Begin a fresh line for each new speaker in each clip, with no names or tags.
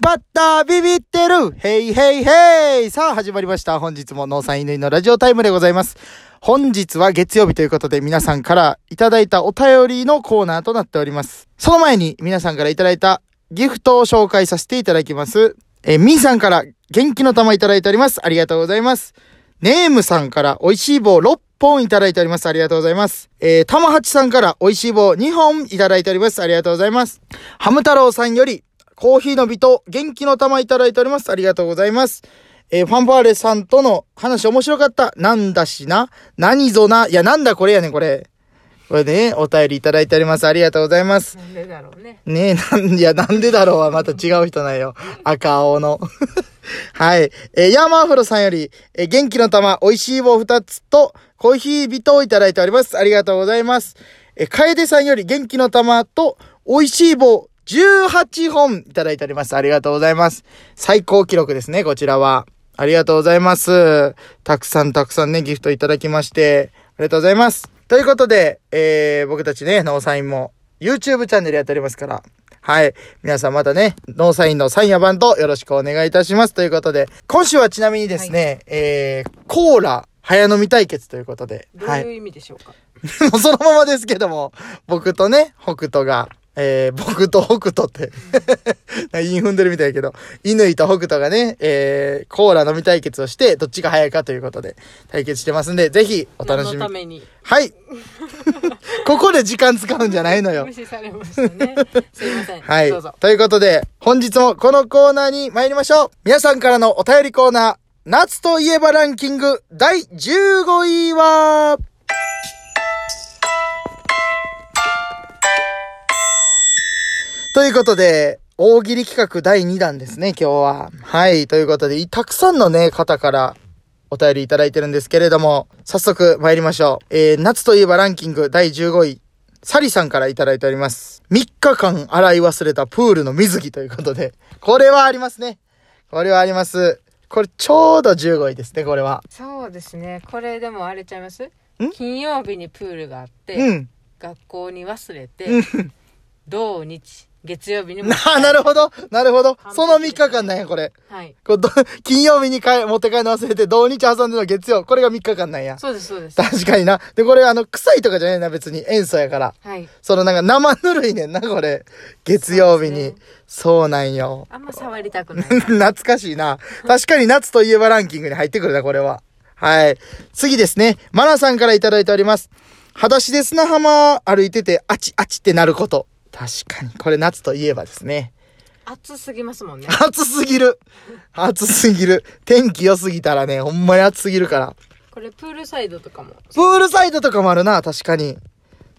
パッタービビってるヘイヘイヘイさあ始まりました。本日も農産犬のラジオタイムでございます。本日は月曜日ということで皆さんからいただいたお便りのコーナーとなっております。その前に皆さんからいただいたギフトを紹介させていただきます。えー、みーさんから元気の玉いただいております。ありがとうございます。ネームさんから美味しい棒6本いただいております。ありがとうございます。えー、玉八さんから美味しい棒2本いただいております。ありがとうございます。ハム太郎さんより、コーヒーの美と元気の玉いただいております。ありがとうございます。えーファンファーレさんとの話面白かった。なんだしな。何ぞな。いや、なんだこれやねん、これ。これね、お便りいただいております。ありがとうございます。
なんでだろうね。
ねえ、なん、いや、なんでだろうはまた違う人なんよ。赤青の。はい。えーヤーマーフロさんより、えー元気の玉、美味しい棒2つと、コーヒービトをいただいております。ありがとうございます。えー、かえでさんより、元気の玉と、美味しい棒18本いただいております。ありがとうございます。最高記録ですね、こちらは。ありがとうございます。たくさんたくさんね、ギフトいただきまして、ありがとうございます。ということで、えー僕たちね、ノーサインも YouTube チャンネルやっておりますから、はい。皆さんまたね、ノーサインのサインやバンドよろしくお願いいたします。ということで、今週はちなみにですね、えー、コーラ早飲み対決ということで、
どう
はい
いう意味でしょうか。
もうそのままですけども、僕とね、北斗が、えー、僕と北斗って、 イン踏んでるみたいやけど、乾と北斗がね、えー、コーラ飲み対決をして、どっちが早いかということで、対決してますんで、ぜひお楽
何
しみ
のた。めに
はい。 ここで時間使うんじゃないのよ
無。視されました ね。すいません。
はい
どうぞ。。
ということで、本日もこのコーナーに参りましょう。皆さんからのお便りコーナー、夏といえばランキング第15位は、ということで、大喜利企画第2弾ですね、今日は。はい。ということで、いたくさんのね、方からお便りいただいてるんですけれども、早速参りましょう。えー、夏といえばランキング第15位、サリさんからいただいております。3日間洗い忘れたプールの水着ということで、これはありますね。これはあります。これちょうど15位ですね、これは。
そうですね。これでもあれちゃいます金曜日にプールがあって、
うん。
学校に忘れて、土日、月曜日にも。
なあ、なるほど。なるほど。その3日間なんや、これ。
はい。
これど金曜日に帰持って帰るの忘れて、土日挟んでの月曜。これが3日間なんや。
そうです、そうです。
確かにな。で、これあの、臭いとかじゃないな、別に。塩素やから。
はい。
そのなんか生ぬるいねんな、これ。月曜日
そうで
に
すね。
そうなんよ。。
あんま触りたくない
懐かしいな。確かに夏といえばランキングに入ってくるな、これは。はい。次ですね。マナさんからいただいております。裸足で砂浜歩いてて、あちあちってなること。確かに。これ夏といえばですね。
暑すぎますもんね。
暑すぎる。暑すぎる。天気良すぎたらね、ほんまに暑すぎるから。
これプールサイドとかも。
プールサイドとかもあるな、確かに。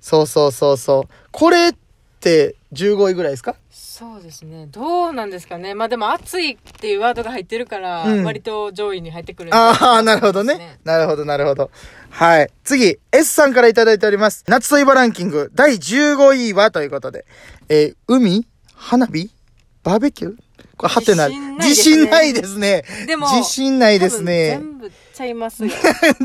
そうそうそうそう。これって15位ぐらいですか
そうですね。どうなんですかね。まあでも暑いっていうワードが入ってるから、
うん
割と上位に入ってくるんじゃいかと
あ
思
あ、
います。
なるほどね。なるほど、なるほど。はい。次、S さんからいただいております。夏といえばランキング第15位はということで。えー海花火バーベキューこれ、はてな。自
自信
信な
ないい
ですね。
でも
自信ないですね
多。分全部ちゃいます よ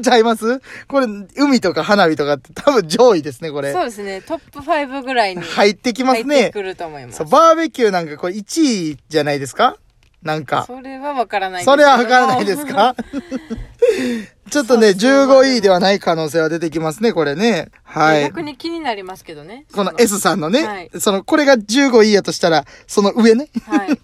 ちゃいますこれ、海とか花火とかって多分上位ですね、これ
そ。うですねトップ5ぐらいに入
入ってきます
って
ね。
くると思います
そう、バーベキューなんかこれ1位じゃないですかなんか。
それはわからないです
それはわからないです
も
かちょっとね、15位ではない可能性は出てきますね、これね。はい
逆。に気になりますけどね
この
そ
S さんのね、
はい
その、これが15位やとしたら、その上ね、
はい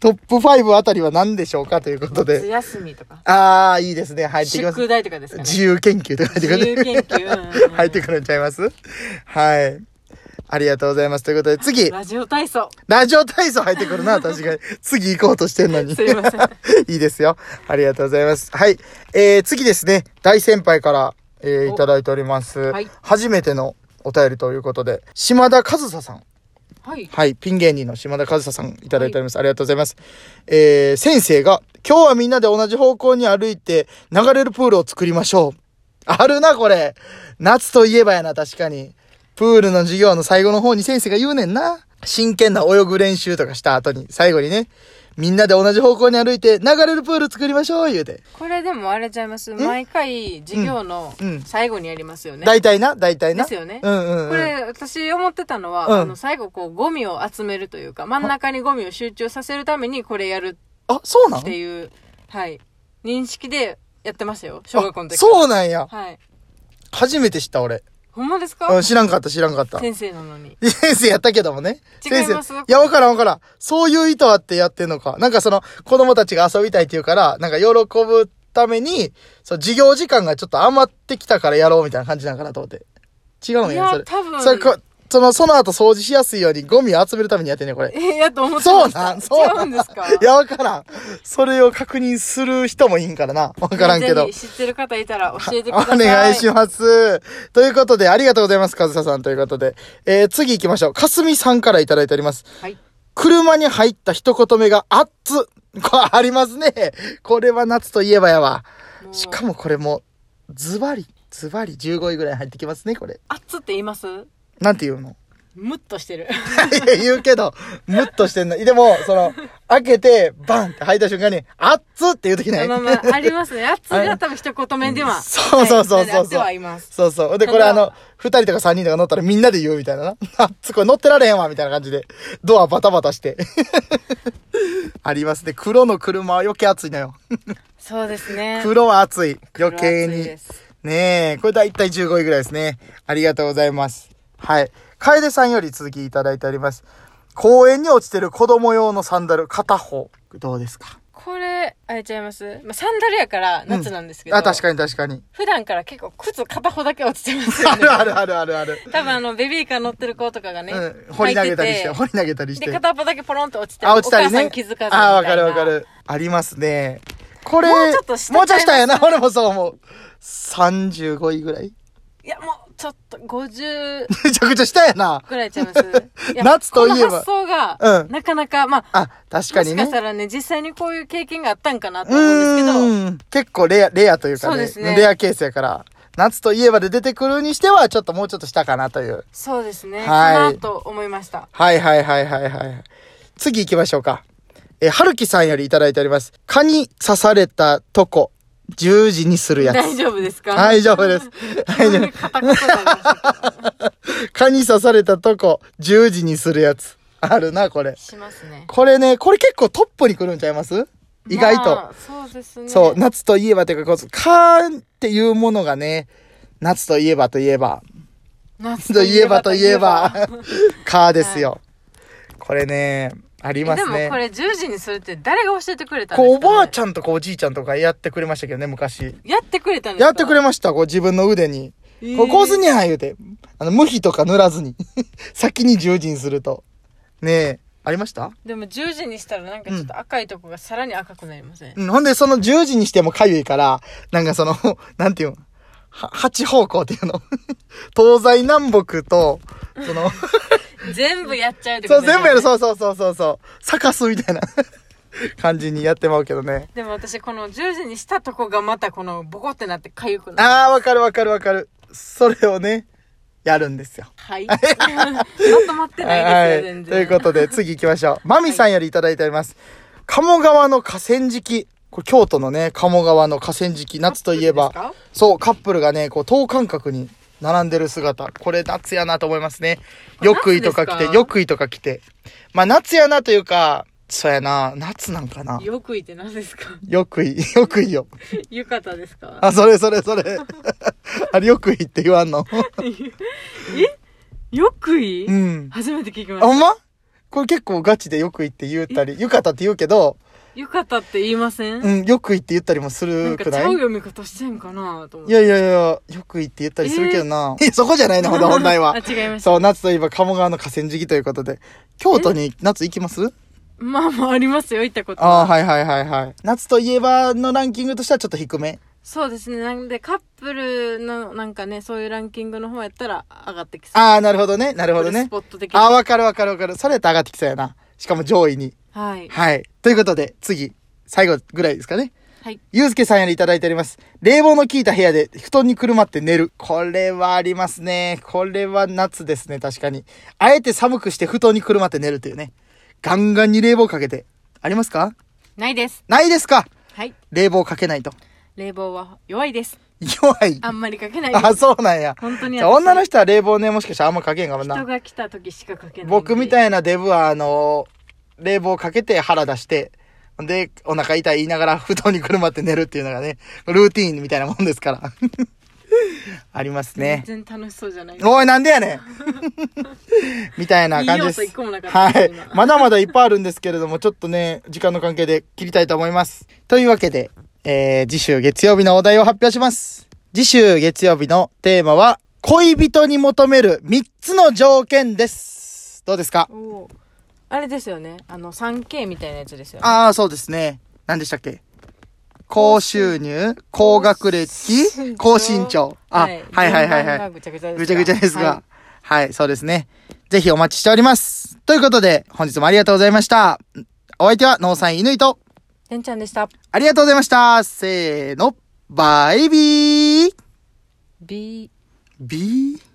トップ5あたりは何でしょうかということ
夏
で。
休みとか
あー、いいですね。入ってきます
宿。題とかですかね
自由研究って書いてくる。
自由研究うん
入ってくるんちゃいますはい。ありがとうございます。ということで、次、
ラジオ体操
ラジオ体操入ってく るな、確かに。次行こうとしてんのに。
すいません
いいですよ。ありがとうございます。はい。えー、次ですね。大先輩から、えー、
お
いただいております。
はい
初めてのお便りということで、島田和沙さん。
はい
はい。ピン芸人の島田和沙さんいただいております。ありがとうございます。えー、先生が、今日はみんなで同じ方向に歩いて、流れるプールを作りましょう。あるな、これ。夏といえばやな、確かに。プールの授業の最後の方に先生が言うねんな。真剣な泳ぐ練習とかした後に、最後にね、みんなで同じ方向に歩いて、流れるプール作りましょう、言うて。
これでもあれちゃいます毎回授業の
うん
最後にやりますよね。
大体な、大体な。
ですよね
うんうん、うん。
これ、私思ってたのは、
うん
あの、最後こう、ゴミを集めるというか、真ん中にゴミを集中させるためにこれやる
あ、そうな
っ
の
ていう、はい、認識でやってましたよ、小学校の時。
あそうなんや。
はい。
初めて知った、俺。
ほんまです
う
か
ん、知らんかった、知らんかった。
先生なのに。
先生やったけどもね。
違い
先
ます
生。いや、わからんわからん。そういう意図あってやってんのか。なんかその、子供たちが遊びたいっていうから、なんか喜ぶために、そう、授業時間がちょっと余ってきたからやろうみたいな感じなんかなと思って。違うん
い
や、
や
それ。
多分
それこ、その、その後掃除しやすいようにゴミを集めるためにやってんねんこれ。
え、やと思ってま
そう
し
な
た。
ん、そう
違
な
うんですか
いや、わからん。それを確認する人もいいんからな。わからんけど
ぜ。ひ知ってる方いたら教えて く
お
ださい。
願いします。ということで、ありがとうございます、かずささん。ということで、えー、次行きましょう。かすみさんからいただいております。
はい。
車に入った一言目が、あっつ。これありますね。これは夏といえばやわ。
もう
しかもこれも、ズバリ、ズバリ15位ぐらい入ってきますね、これ。
あっつって言います
なんて言うの
ムッとしてる。
いや言うけど、ムッとしてんの。でも、その、開けて、バンって入った瞬間に、あっつって言うときない
まあまあ、ありますね。あっつが多分一言目では。
そうそうそうそうそう
はいあってはいます。
そうそう。で、これあの、二人とか三人とか乗ったらみんなで言うみたいなな。あっつ、これ乗ってられへんわ、みたいな感じで。ドアバタバタして。 ありますね。黒の車は余計暑いのよ。
そうですね。
黒は暑い。余計
黒暑い
に
で。す
ねえ、これ大体15位ぐらいですね。ありがとうございます。はい。楓さんより続きいただいております。公園に落ちてる子供用のサンダル、片方。どうですか
これ、あれちゃいますまあ、サンダルやから夏なんですけど。
あ、確
に。
かに確か に。
普段から結構靴片方だけ落ちてますよ
あ
ね。
るあるあるあるある。
多分あの、ベビーカー乗ってる子とかがね。
うん。掘り投げたりして、
履い
掘り投げたりして
で、。片方だけポロンと落ちて
あ、落ちたり
お母さ
ね
ん気づかずみたい。な。
あ、わかるわか。る。ありますね。これ、
もうちょっと下
もうちょっと
ちゃ
や
いま
な。
す
俺もそう思う。35位ぐらい
いや、もう、ちょっと、50
めちゃくちゃ下やな。
ぐらいちゃいます いや
夏といえば
この発想が、
うん
なかなか、まあ、
あ、確か
も
に
しか
ね
し。たらね、実際にこういう経験があったんかなと
う
思うんですけど、
ーん。結構レア、レアというか
そう
ね
ですね
レアケースやから。夏といえばで出てくるにしては、ちょっともうちょっと下かなという。
そうですね、
はい
かなと思いました。
はいはいはいはいはい。次行きましょうか。え、はるきさんよりいただいております。蚊に刺されたとこ、十字にするやつ。
大丈夫ですか
大丈夫です。大丈夫。
片言になりました
蚊に刺されたとこ、十字にするやつ。あるな、これ。
しますね。
これね、これ結構トップに来るんちゃいます 意外と。
まあそうですね。
そう、夏といえばというか、こう、蚊っていうものがね、夏といえばといえば、
夏
といえばといえば
といえ、
蚊ですよ。これね、あり
ば
ま
ですも
ね
こ。れ10時にするって誰が教えてくれたんです
こう、
か、
おばあち
ゃ
ゃんとかおじいちゃんとかやってくれましたけどね、昔。
ん。やってくれたんですか
やってくれました、こう、自分の腕に。
えー
こう、こうすんねや言うて。あの、無比とか塗らずに。 先に十字にすると。ねえ、ありました
でも10時にしたらなんかちょっと赤いとこがさらに赤くなりません、
うん、ほんで、その10時にしても痒いから、なんかその、 なんていうの、は、八方向っていうの。 東西南北と、そ の、
全部やっちゃうってこ
そ
と
う、全部や
ですよね
る、そうそうそうそうそう、逆すみたいな 感じにやってまうけどね。
でも私この十字にしたとこがまたこのボコってなって痒くなる。
あー、わかるわかるわかる。それをね、やるんですよ。
はい。まとまって ないですよ、全然。
ということで、次行きまし ょう。まみさんよりいただいております。鴨川の河川敷。これ京都のね、鴨川の河川敷、夏といえば
カップルで。
そう、カップルがね、こう、等間隔に並んでる姿。これ夏やなと思いますね。
これ
浴衣とか着
夏で
て、
すか
浴衣とか着て。まあ夏やなというか、そうやな、夏なんかな。
よくいって何ですか
浴衣、浴衣 よ。
浴衣ですか
あ、それそれそれ。 あれ、浴衣って言わんの
よくい、
うん。
初めて聞きま
あ、ほ
し
んまこれ結構ガチでよく言って言ったり、浴衣って言うけど、
た。浴衣って言いません、
うん、よく言って言ったりもす
な
る
んか
く
ち
ら
ゃう
い
読み方してんかなと思
い
って。
やいやいや、よく言って言ったりするけどな。いや そこじゃないの、ほんと本 題は
あ、。違いました。
そう、夏といえば鴨川の河川敷ということで。京都に夏行きます
まあまあありますよ、言ったこと。
ああ、はいはいはいはい。夏といえばのランキングとしてはちょっと低め。
そうですね。なんでカップルのなんかね、そういうランキングの方やったら上がってきそう。
ああ、なるほどね、なるほど
ス
ね
ポ。ット的に
ああ、わかるわかるわかる。それやったら上がってきそうやな。しかも上位に。
はい。
はい。ということで、次、最後ぐらいですかね。
はい。
ゆうすけさんよりいただいております。冷房の効いた部屋で布団にくるまって寝る。これはありますね。これは夏ですね、確かに。あえて寒くして布団にくるまって寝るというね。ガンガンに冷房かけて。あありますか
ないです。
ないですか
はい。
冷房かけないと。
冷房は弱いです。
弱い。
あんまりかけないです。
あ、そうなんや。
本当に
じゃあ女の
人
人は冷房ね、もしかしたらあんまかけんかも
人
な。
が来た時しかかけない。
僕み
い。
たいなデブは、あのー冷房かけて腹出して、ほんで、お腹痛い言いながら布 団にくるまって寝るっていうのがね、ルーティーンみたいなもんですから。 ありますね。
全然楽しそうじゃない。
おい、なんでや ねんみたいな感じで
い
す。
い要素一個もなかった
は
です
い
今。
まだまだいっぱいあるんですけれども、ちょっとね、時間の関係で切りたいと思います。というわけで、えー、次週月曜日のお題を発表します。次週月曜日のテーマは、恋人に求める3つの条件です。どうですか
おーあれですよね。あの、3K みたいなやつですよね。
ああ、そうですね。何でしたっけ高収入、高学歴、高身長。あ、はいはいはいはい。
ぐちゃぐちゃですが
ぐちゃぐちゃです
は
が、はい、そうですね。ぜひお待ちしております。ということで、本日もありがとうございました。お相手は、農産犬と、
い。てんちゃんでした。
ありがとうございました。せーの、バイビー
B。
ビー